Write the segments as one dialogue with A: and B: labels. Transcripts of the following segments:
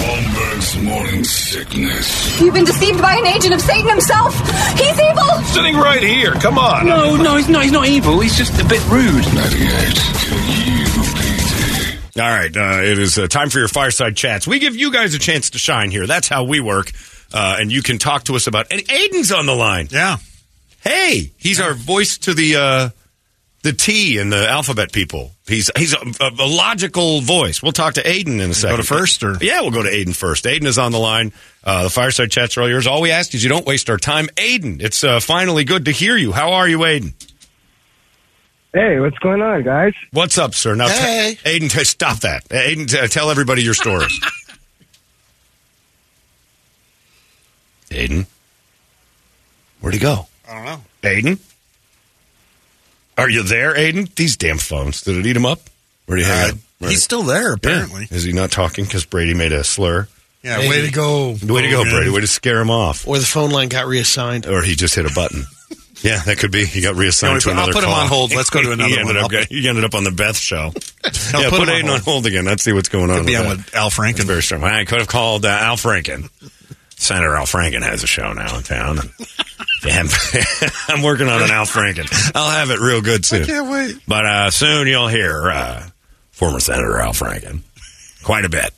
A: Holmberg's morning sickness.
B: You've been deceived by an agent of Satan himself. He's evil.
C: Sitting right here. Come on.
D: No, no, he's not. He's not evil. He's just a bit rude.
A: 98 KUPD.
E: All right, uh, it is uh, time for your fireside chats. We give you guys a chance to shine here. That's how we work, uh, and you can talk to us about. And Aiden's on the line.
F: Yeah.
E: Hey, he's our voice to the uh, the T and the alphabet people. He's he's a, a, a logical voice. We'll talk to Aiden in a second.
F: to first, or-
E: yeah, we'll go to Aiden first. Aiden is on the line. Uh, the fireside chats are all yours. All we ask is you don't waste our time. Aiden, it's uh, finally good to hear you. How are you, Aiden?
G: Hey, what's going on, guys?
E: What's up, sir? Now, te-
F: Hey.
E: Aiden, t- stop that. Aiden, t- tell everybody your story. Aiden, where'd he go?
F: I don't know.
E: Aiden, are you there, Aiden? These damn phones. Did it eat him up? Where'd he hang
F: Uh,
E: up?
F: He's still there, apparently.
E: Yeah. Is he not talking because Brady made a slur?
F: Yeah, way to go.
E: Way to go, Brady. Way to scare him off.
H: or the phone line got reassigned.
E: Or he just hit a button. Yeah, that could be. He got reassigned
F: I'll
E: to another
F: put him
E: call.
F: on hold. Let's go to another
E: he ended
F: one.
E: Up,
F: I'll
E: get- he ended up on the Beth show.
F: I'll
E: yeah,
F: put him on
E: put, Aiden on
F: hold.
E: hold. again. Let's see what's going on.
F: Be
E: with
F: on
E: that.
F: with Al
E: It's
F: Franken.
E: very strong. I could have called uh, Al Franken. Senator Al Franken has a show now in town. Yeah, I'm working on an Al Franken. I'll have it real good soon.
F: can't wait.
E: But uh, soon you'll hear uh, former Senator Al Franken quite a bit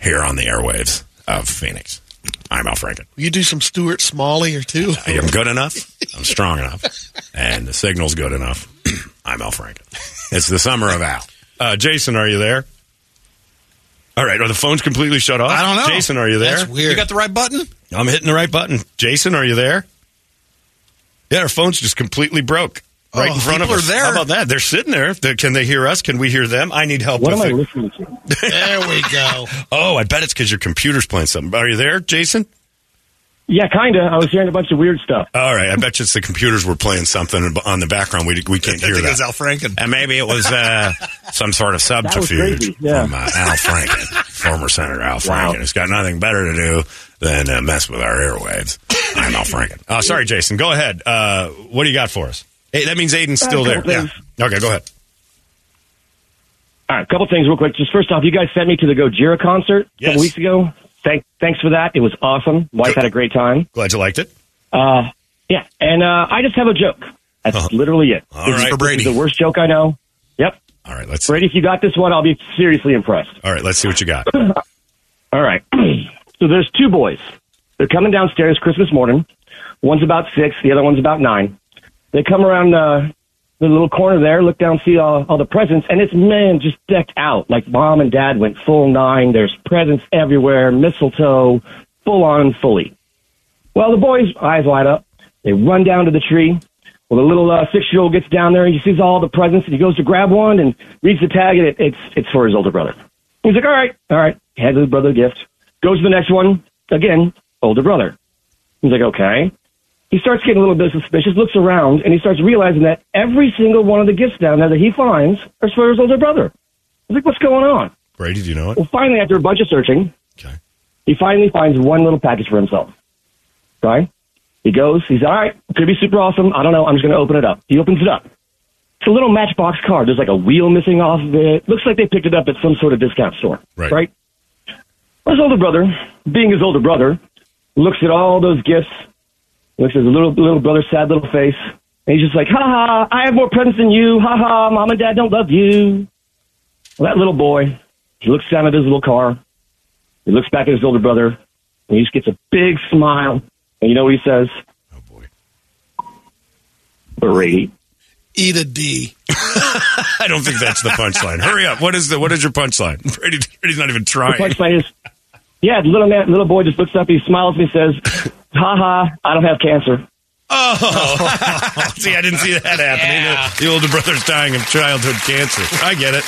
E: here on the airwaves of Phoenix. I'm Al Franken.
H: You do some Stuart Smalley or two.
E: I am good enough. I'm strong enough. And the signal's good enough. I'm Al Franken. It's the summer of Al. Uh, Jason, are you there? All right. Are the phones completely shut off?
F: I don't know.
E: Jason, are you there?
H: That's weird.
F: You got the right button?
E: I'm hitting the right button. Jason, are you there? Yeah, our phones just completely broke right
F: Oh,
E: in front of
F: people
E: us.
F: are there.
E: How about that? They're sitting there. They- Can they hear us? Can we hear them? I need help
G: What am
E: with
G: I
E: it.
G: listening to?
H: there we go.
E: oh, I bet it's because your computer's playing something. Are you there, Jason?
G: Yeah, kinda. I was hearing a bunch of weird stuff.
E: All right. I bet you it's the computers were playing something on the background. We, we can't
F: I
E: hear
F: think
E: that.
F: it's Al Franken.
E: And maybe it was uh, some sort of subterfuge
G: crazy, yeah.
E: from uh, Al Franken, former Senator Al Franken, who's got nothing better to do than uh, mess with our airwaves. I'm Al Franken. Uh, sorry, Jason. Go ahead. Uh, what do you got for us? Hey, that means Aiden's still there.
G: Uh, couple things.
E: Yeah. Okay, go ahead.
G: All right, a couple things real quick. Just first off, you guys sent me to the Gojira concert a
E: Yes.
G: couple weeks ago. Thank, thanks for that. It was awesome. Wife had a great time.
E: Glad you liked it.
G: Uh, yeah, and uh, I just have a joke. That's
E: Uh-huh.
G: literally it.
E: All
G: This is
E: right.
F: For Brady.
G: the worst joke I know. Yep,
E: All right, let's see.
G: Brady, if you got this one, I'll be seriously impressed.
E: All right, let's see what you got.
G: All right. so there's two boys. They're coming downstairs Christmas morning. One's about six, the other one's about nine. They come around uh, the little corner there, look down, see all, all the presents, and it's men just decked out. Like mom and dad went full nine. There's presents everywhere, mistletoe, full on, fully. Well, the boys' eyes light up. They run down to the tree. Well, the little uh, six year old gets down there and he sees all the presents and he goes to grab one and reads the tag and it, it's it's for his older brother. He's like, all right, all right, hands his brother the gift. Goes to the next one again, older brother. He's like, okay. He starts getting a little bit suspicious, looks around, and he starts realizing that every single one of the gifts down there that he finds are for his older brother. He's like, what's going on?
E: Brady, do you know it?
G: Well, finally, after a bunch of searching,
E: Okay.
G: he finally finds one little package for himself. Right? He goes, he's all right, could be super awesome. I don't know. I'm just going to open it up. He opens it up. It's a little matchbox car. There's like a wheel missing off of it. Looks like they picked it up at some sort of discount store.
E: Right.
G: Right? His older brother, being his older brother, looks at all those gifts, looks at his little little brother's sad little face, and he's just like, ha ha, I have more presents than you. Ha ha, mom and dad don't love you. Well, that little boy, he looks down at his little car. He looks back at his older brother, and he just gets a big smile. And you know what he says?
E: Oh, boy.
G: Brady.
H: Eat a E D.
E: I don't think that's the punchline. Hurry up. What is the what is your punchline? Brady, Brady's not even trying.
G: The punchline is, yeah, the little man, little boy just looks up, he smiles at me, says, "Ha ha, I don't have cancer."
E: See, I didn't see that happening. The older brother's dying of childhood cancer. I get it.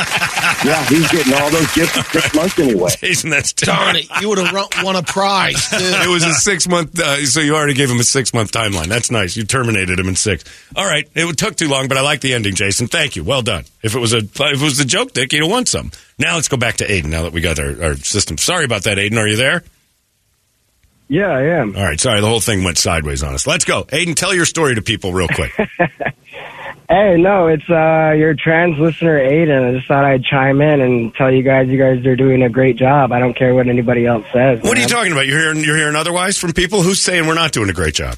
G: Yeah, he's getting all those gifts in six months anyway.
E: Jason, that's
H: Darn it. You would have won a prize,
E: it
H: too.
E: was a six month. Uh, so you already gave him a six month timeline. That's nice. You terminated him in six. All right. It took too long, but I like the ending, Jason. Thank you. Well done. If it was a if it was a joke, Dick, you'd have won some. Now let's go back to Aiden. Now that we got our, our system. Sorry about that, Aiden. Are you there?
G: Yeah, I am.
E: All right. Sorry, the whole thing went sideways on us. Let's go, Aiden. Tell your story to people real quick.
G: Hey, no, it's uh, your trans listener Aiden. I just thought I'd chime in and tell you guys, you guys are doing a great job. I don't care what anybody else says.
E: what are you
G: man.
E: talking about? You're hearing you're hearing otherwise from people who's saying we're not doing a great job.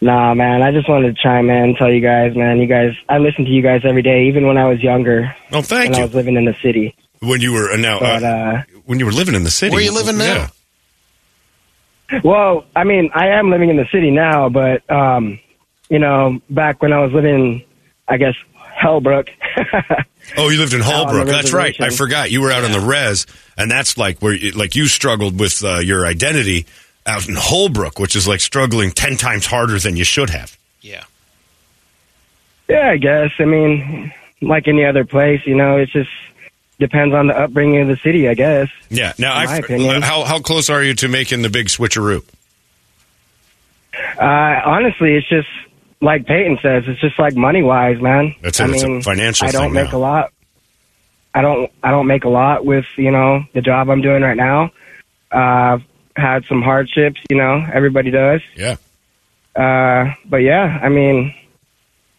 G: Nah, man, I just wanted to chime in and tell you guys, man, you guys, I listened to you guys every day, even when I was younger,
E: Oh, thank
G: when I
E: you.
G: was living in the city.
E: When you were uh, now,
G: But
E: uh,
G: uh,
E: when you were living in the city,
H: Where you living now?
E: Yeah.
G: uh, Well, I mean, I am living in the city now, but um, you know, back when I was living, I guess Hellbrook.
E: Oh, you lived in
G: on the
E: Holbrook. That's right. I
G: reservation.
E: forgot. You were out on the res, and that's like where, you, like, you struggled with uh, your identity out in Holbrook, which is like struggling ten times harder than you should have.
H: Yeah.
G: yeah, I guess. I mean, like any other place, you know, it just depends on the upbringing of the city, I guess.
E: Yeah. Now,
G: In my
E: I,
G: opinion.
E: how how close are you to making the big switcheroo?
G: Uh, honestly, it's just like Peyton says, it's just like money wise, man.
E: That's it.
G: I
E: It's a
G: mean,
E: financial
G: I don't
E: thing
G: make
E: now.
G: a lot. I don't. I don't make a lot with you know the job I'm doing right now. Uh, had some hardships, you know. Everybody does.
E: Yeah.
G: Uh, but yeah, I mean,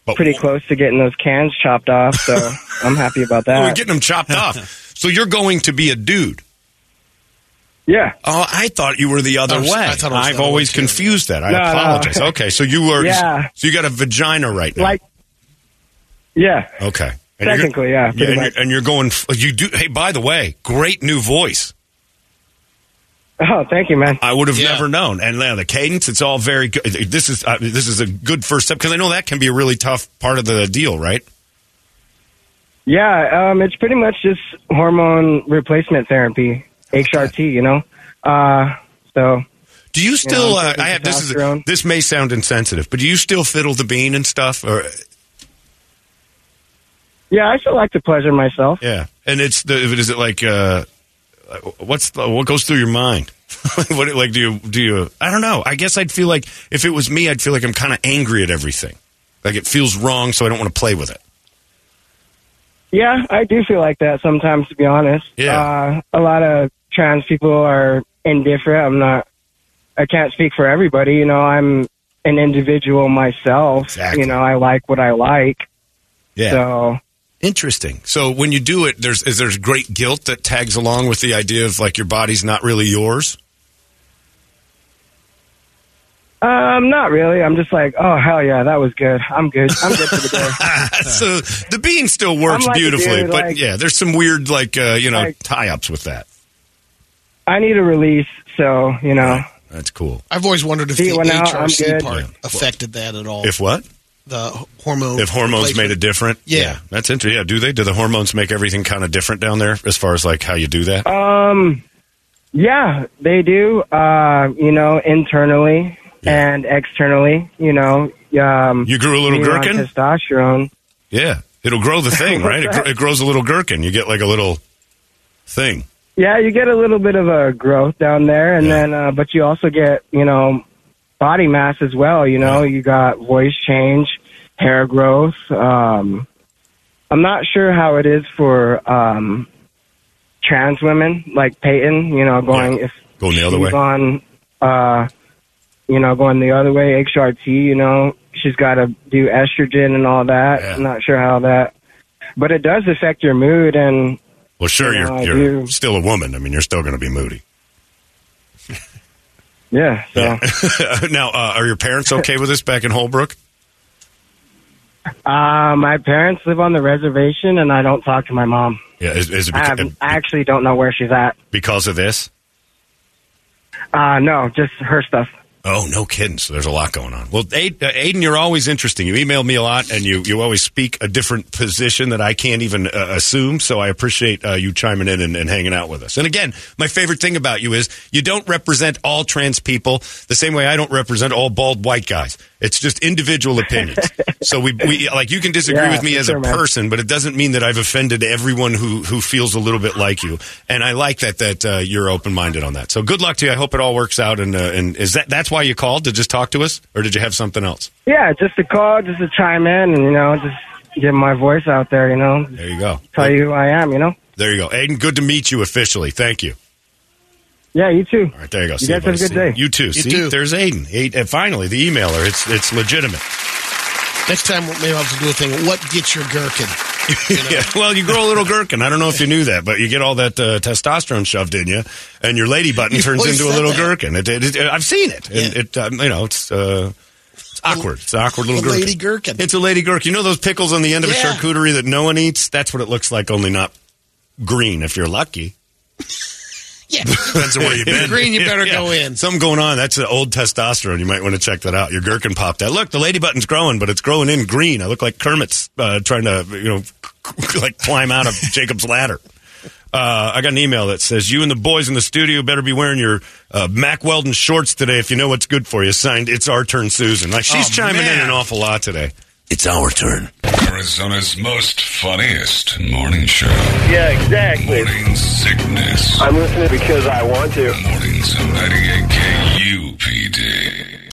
E: But
G: pretty close to getting those cans chopped off, so I'm happy about
E: Oh, we're
G: that.
E: getting them chopped off. So you're going to be a dude.
G: yeah,
E: Oh, I thought you were the other
H: I was-
E: way.
H: I thought it was the
E: I've
H: other way,
E: always
H: too.
E: confused that. I
G: No, no.
E: apologize. Okay, so you were.
G: Yeah.
E: So you got a vagina right now.
G: like, yeah,
E: Okay. And you're-
G: Technically, yeah, pretty
E: and,
G: much.
E: You're, and you're going. f- You do. Hey, by the way, great new voice.
G: Oh, thank you, man.
E: I would have
H: Yeah.
E: never known. And uh, the cadence, it's all very good. This is uh, this is a good first step because I know that can be a really tough part of the deal, right?
G: Yeah, um, it's pretty much just hormone replacement therapy, HRT. You know, uh, so
E: Do you still?
G: I'm
E: uh,
G: taking
E: I have this is
G: testosterone.
E: this may sound insensitive, but do you still fiddle the bean and stuff? Or
G: yeah, I still like to pleasure myself.
E: yeah, and it's the is it like uh, what's the, what goes through your mind? what like do you do you? I don't know. I guess I'd feel like if it was me, I'd feel like I'm kind of angry at everything. Like it feels wrong, so I don't want to play with it.
G: Yeah, I do feel like that sometimes, to be honest.
E: Yeah.
G: Uh, a lot of trans people are indifferent. I'm not, I can't speak for everybody. You know, I'm an individual myself.
E: Exactly.
G: You know, I like what I like.
E: Yeah.
G: So,
E: Interesting. So when you do it, there's is there's great guilt that tags along with the idea of like your body's not really yours.
G: um, not really. I'm just like, oh, hell yeah, that was good. I'm good. I'm good for the day.
E: so the bean still works
G: I'm like a
E: beautifully,
G: dude,
E: but
G: like-
E: yeah, there's some weird like uh, you know
G: Like-
E: tie ups with that.
G: I need a release. So, you know,
E: That's cool.
H: I've always wondered if
G: See,
H: the
G: well, now I'm
H: HRC
G: good.
H: part
E: Yeah.
H: affected that at all.
E: If what?
H: the hormone.
E: If hormones made it different?
H: Oh, Yeah.
E: That's interesting. Yeah, do they? Do the hormones make everything kind of different down there as far as like how you do that?
G: Um, yeah, they do. Uh, you know, internally
E: Yeah.
G: and externally. You know, um,
E: You grew a little
G: being on
E: gherkin?
G: Testosterone.
E: yeah. It'll grow the thing, right? It, gr- it grows a little gherkin. You get like a little thing.
G: Yeah, you get a little bit of a growth down there, and
E: Yeah.
G: then uh, but you also get you know body mass as well. You know, you got voice change, hair growth. Um, I'm not sure how it is for um, trans women like Peyton. You know, going if
E: Going the other
G: she's
E: way.
G: on, uh, you know, going the other way, HRT, you know, she's got to do estrogen and all that.
E: Yeah.
G: I'm not sure how that, but it does affect your mood. And
E: Well, sure,
G: Yeah, I
E: you're, you're
G: do.
E: still a woman. I mean, you're still going to be moody.
G: yeah, so
E: now, uh, are your parents okay with this back in Holbrook?
G: uh, my parents live on the reservation and I don't talk to my mom.
E: Yeah, is, is it
G: I,
E: beca-
G: have, Um, I actually don't know where she's at.
E: because of this?
G: Uh, no, just her stuff.
E: Oh, no kidding. So there's a lot going on. Well, Aiden, uh, Aiden, you're always interesting. You email me a lot, and you, you always speak a different position that I can't even uh, assume. So I appreciate uh, you chiming in and, and hanging out with us. And again, my favorite thing about you is you don't represent all trans people the same way I don't represent all bald white guys. It's just individual opinions. so we, we like you can disagree
G: Yeah,
E: with me
G: for
E: as a
G: sure, man.
E: person person, but it doesn't mean that I've offended everyone who who feels a little bit like you. And I like that that uh, you're open minded on that. So good luck to you. I hope it all works out. And uh, and is that that's why you called to just talk to us, or did you have something else?
G: Yeah, just to call, just to chime in, and you know, just get my voice out there. You know,
E: There you go.
G: tell you who I am. You know.
E: There you go, Aiden. Good to meet you officially. Thank you.
G: Yeah, you too.
E: All right, there you go.
G: You
E: See
G: guys have
E: buddy.
G: a good
E: See
G: day.
E: You too. See,
H: too.
E: there's Aiden. Aiden. And finally, the emailer. It's it's legitimate.
H: Next time, maybe I'll have to do a thing. What gets your gherkin?
E: Yeah, well, you grow a little gherkin. I don't know if you knew that, but you get all that uh, testosterone shoved in you, and your lady button
H: You
E: turns
H: always
E: into a
H: said
E: little
H: that.
E: gherkin. It, it, it- I've seen it. And
H: Yeah.
E: it, um, you know, it's, uh, it's awkward. It's an awkward little
H: A
E: gherkin.
H: lady gherkin.
E: It's a lady gherkin. You know those pickles on the end of
H: Yeah.
E: a charcuterie that no one eats? That's what it looks like, only not green if you're lucky.
H: Yeah.
E: Depends on where you've
H: been. Green, you better go in.
E: Something going on. That's the old testosterone. You might want to check that out. Your gherkin popped out. Look, the lady button's growing, but it's growing in green. I look like Kermit's uh, trying to, you know, like climb out of Jacob's ladder. Uh, I got an email that says, You and the boys in the studio better be wearing your uh, Mac Weldon shorts today if you know what's good for you. Signed, It's Our Turn, Susan. Like, she's
F: Oh,
E: chiming in
F: man.
E: an awful lot today. It's our turn.
A: Arizona's most funniest morning show.
C: Yeah, exactly.
A: Morning sickness.
C: I'm listening because I want to.
A: Mornings on 98 KUPD.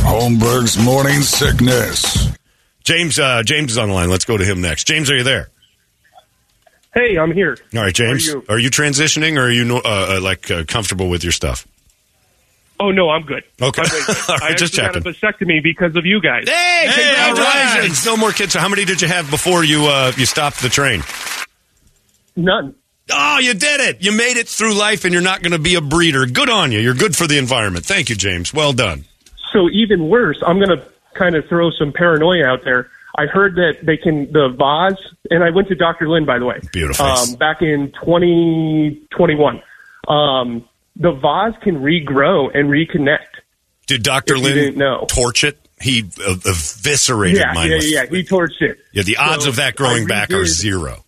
A: Holmberg's morning sickness.
E: James, uh, James is on the line. Let's go to him next. James, are you there?
G: Hey, I'm here.
E: All right, James. Are
G: How are
E: you,
G: you?
E: transitioning, or are you no- uh, uh, like uh, comfortable with your stuff?
G: Oh no, I'm good.
E: Okay.
G: I'm very good.
E: All right,
G: I
E: just
G: actually got a
E: checking.
G: vasectomy because of you guys.
E: Hey, congratulations! Still more kids. So how many did you have before you uh, you stopped the train?
G: None.
E: Oh, you did it! You made it through life, and you're not going to be a breeder. Good on you. You're good for the environment. Thank you, James. Well done.
G: So even worse, I'm going to kind of throw some paranoia out there. I heard that they can the vase, and I went to Dr. Lynn by the way.
E: Beautiful.
G: Um, back in 2021, um, the vase can regrow and reconnect.
E: Did Doctor
G: If you
E: Lynn
G: didn't know.
E: torch it? He uh, eviscerated
G: yeah,
E: mine.
G: yeah,
E: with-
G: yeah. He torched it.
E: Yeah, The odds
G: So
E: of that growing
G: I
E: back are
G: redid-
E: zero.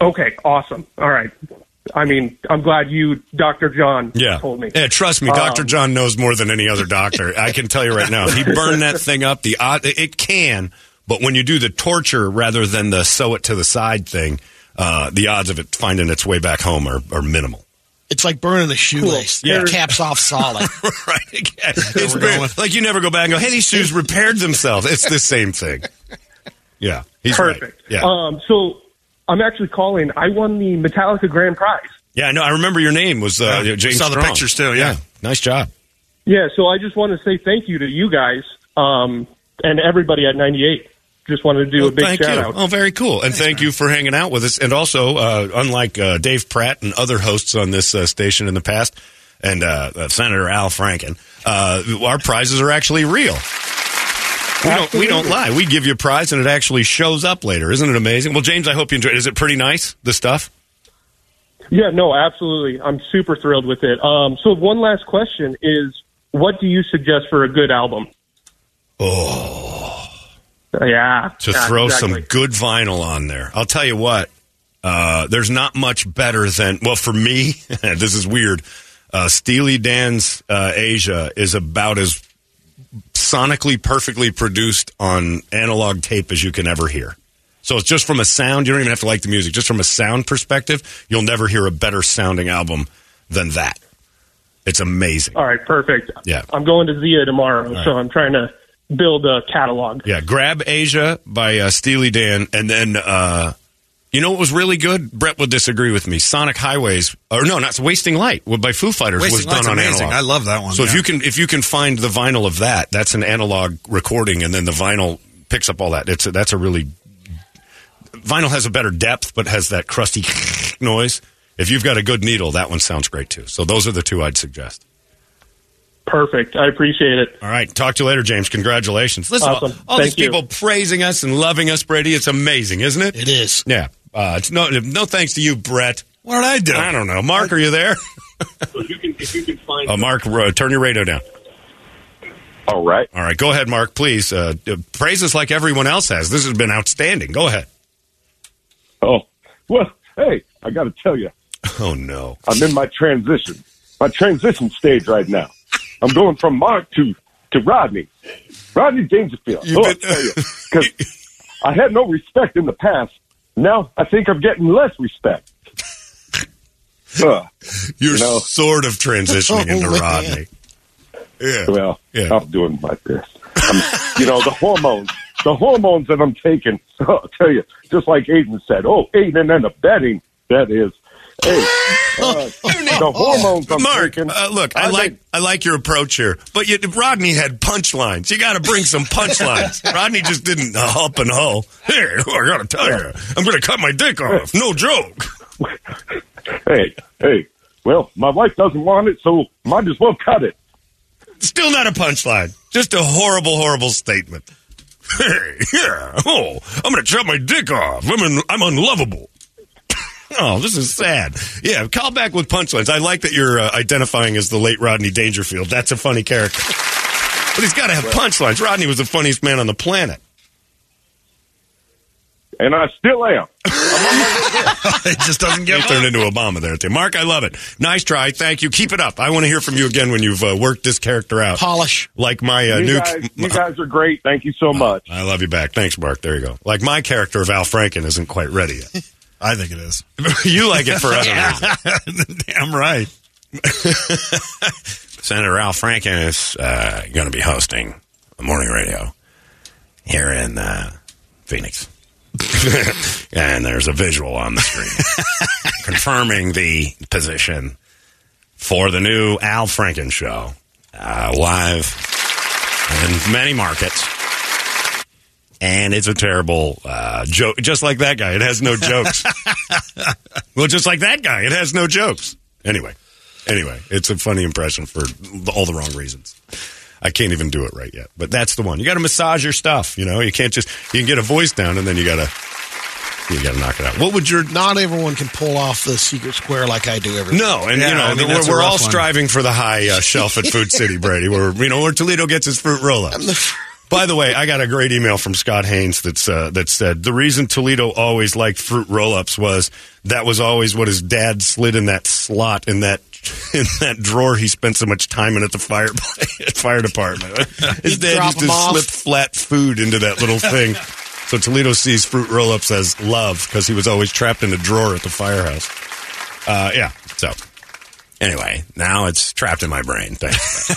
G: Okay, awesome. All right. I mean, I'm glad you, Dr. John,
E: Yeah.
G: told me.
E: Yeah, trust me,
F: Um,
E: Dr. John knows more than any other doctor. I can tell you right now. If he burned that thing up, the odd, it can, but when you do the torture rather than the sew it to the side thing, uh, the odds of it finding its way back home are, are minimal.
H: It's like burning a shoelace.
E: Cool. Yeah.
H: It caps off solid.
E: right. Again. It's very- like you never go back and go, hey, these shoes repaired themselves. It's the same thing. Yeah. He's right.
G: Perfect.
E: Yeah.
F: Uh,
G: Um, so I'm actually calling. I won the Metallica Grand Prize.
E: yeah, no, I remember your name was uh,
F: Yeah,
E: James
F: saw the
E: Strong.
F: pictures too, yeah.
E: Nice job.
G: Yeah, so I just want to say thank you to you guys um, and everybody at 98. Just wanted to do
E: Well,
G: a big
E: thank
G: shout
E: you.
G: out.
E: Oh, very cool. And thank you for hanging out with us. And also, uh, unlike uh, Dave Pratt and other hosts on this uh, station in the past, and uh, uh, Senator Al Franken, uh, our prizes are actually real. We don't, we don't lie. We give you a prize and it actually shows up later. Isn't it amazing? Well, James, I hope you enjoyed it. Is it pretty nice, the stuff?
G: Yeah, no, absolutely. I'm super thrilled with it. Um, so one last question is, what do you suggest for a good album? Oh, yeah.
E: to
G: yeah,
E: throw
G: exactly.
E: some good vinyl on there. I'll tell you what, uh, there's not much better than, well, for me, this is weird. Uh, Steely Dan's uh, Asia is about as sonically perfectly produced on analog tape as you can ever hear. So it's just from a sound, you don't even have to like the music, just from a sound perspective, you'll never hear a better sounding album than that. It's amazing.
G: All right, perfect.
E: Yeah.
G: I'm going to Zia tomorrow, so I'm trying to build a catalog.
E: Yeah, grab Asia by uh, Steely Dan, and then uh, You know what was really good? Brett would disagree with me. Sonic Highways, or no, not Wasting Light by Foo Fighters was
F: Wasting
E: done
F: Light's
E: on
F: amazing.
E: analog.
F: I love that one,
E: So if
F: yeah.
E: you can if you can find the vinyl of that, that's an analog recording, and then the vinyl picks up all that. It's a, that's a really vinyl has a better depth, but has that crusty noise. If you've got a good needle, that one sounds great too. So those are the two I'd suggest.
I: Perfect. I appreciate it.
E: All right, talk to you later, James. Congratulations. Listen,
I: Awesome.
E: all, all
I: Thank
E: these
I: you.
E: people praising us and loving us, Brady. It's amazing, isn't it? It is. Yeah. Uh, it's no, no thanks to you, Brett. What did I do? I don't know. Mark, are you there? Uh, Mark, uh, turn your radio down. All right. All right. Go ahead, Mark. Please uh, uh, praise us like everyone else has. This has been outstanding. Go ahead.
J: Oh, well, hey, I got to tell you.
E: Oh, no.
J: I'm in my transition, my transition stage right now. I'm going from Mark to, to Rodney, Rodney Dangerfield.
K: You've
J: Oh,
K: been-
J: I tell you, 'cause I had no respect in the past. Now I think I'm getting less respect. Ugh.
E: You're
J: You know?
E: sort of transitioning into Rodney. Yeah.
J: Well,
E: Yeah.
J: I'm doing my best. I'm, you know, the hormones, the hormones that I'm taking, I'll tell you, just like Aiden said, oh, Aiden and the betting, that is. Hey,
H: Oh,
J: uh, the hormones I'm
E: Mark,
J: taking.
E: uh, look, I, like I like your approach here, but you, Rodney had punchlines. You got to bring some punchlines. Rodney just didn't hup and hoe. Here, I got to tell you, I'm going to cut my dick off. No joke.
J: hey, hey. Well, my wife doesn't want it, so might as well cut it.
E: Still not a punchline. Just a horrible, horrible statement. Hey, yeah. Oh, I'm going to chop my dick off. I'm, un- I'm unlovable. oh, this is sad. Yeah, call back with punchlines. I like that you're uh, identifying as the late Rodney Dangerfield. That's a funny character. But he's got to have punchlines. Rodney was the funniest man on the planet.
J: And I still am.
E: it just doesn't get turned into Obama there. at the- Mark, I love it. Nice try. Thank you. Keep it up. I want to hear from you again when you've uh, worked this character out. Polish. Like my uh,
J: you,
E: new.
J: guys, you guys are great. Thank you so much.
E: I love you back. Thanks, Mark. There you go. Like my character of Al Franken isn't quite ready yet.
F: I think it is.
E: you like it for other
F: reasons. Damn right.
E: Senator Al Franken is uh, going to be hosting the morning radio here in uh, Phoenix. and there's a visual on the screen confirming the position for the new Al Franken show uh, live in many markets. And it's a terrible uh, joke, just like that guy. It has no jokes. well, just like that guy, it has no jokes. Anyway, anyway, it's a funny impression for all the wrong reasons. I can't even do it right yet, but that's the one. You got to massage your stuff. You know, you can't just you can get a voice down and then you gotta you gotta knock it out. What would your
H: Not everyone can pull off the secret square like I do. Every
E: no, and you know, we're, we're all striving for the high uh, shelf at Food City, Brady. Where you know where Toledo gets his fruit roll-ups. By the way, I got a great email from Scott Haynes that's uh, that said the reason Toledo always liked fruit roll-ups was that was always what his dad slid in that slot in that in that drawer he spent so much time in at the fire fire department. His
F: He'd
E: dad
F: drop
E: used to
F: them off.
E: slip flat food into that little thing. So Toledo sees fruit roll-ups as love because he was always trapped in a drawer at the firehouse. Uh, yeah. So anyway, now it's trapped in my brain. Thanks.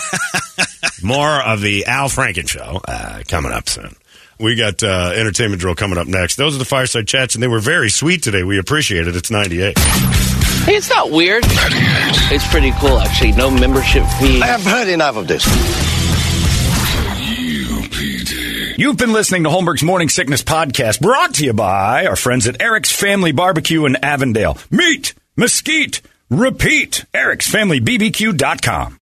E: More of the Al Franken show uh, coming up soon. We got uh, entertainment drill coming up next. Those are the fireside chats, and they were very sweet today. We appreciate it. It's ninety eight.
L: Hey, it's not weird. It's pretty cool, actually. No membership fee. I have heard enough of this.
M: You've been listening to Holmberg's Morning Sickness Podcast, brought to you by our friends at Eric's Family Barbecue in Avondale. Meet, mesquite, repeat, ericsfamilybbq.com.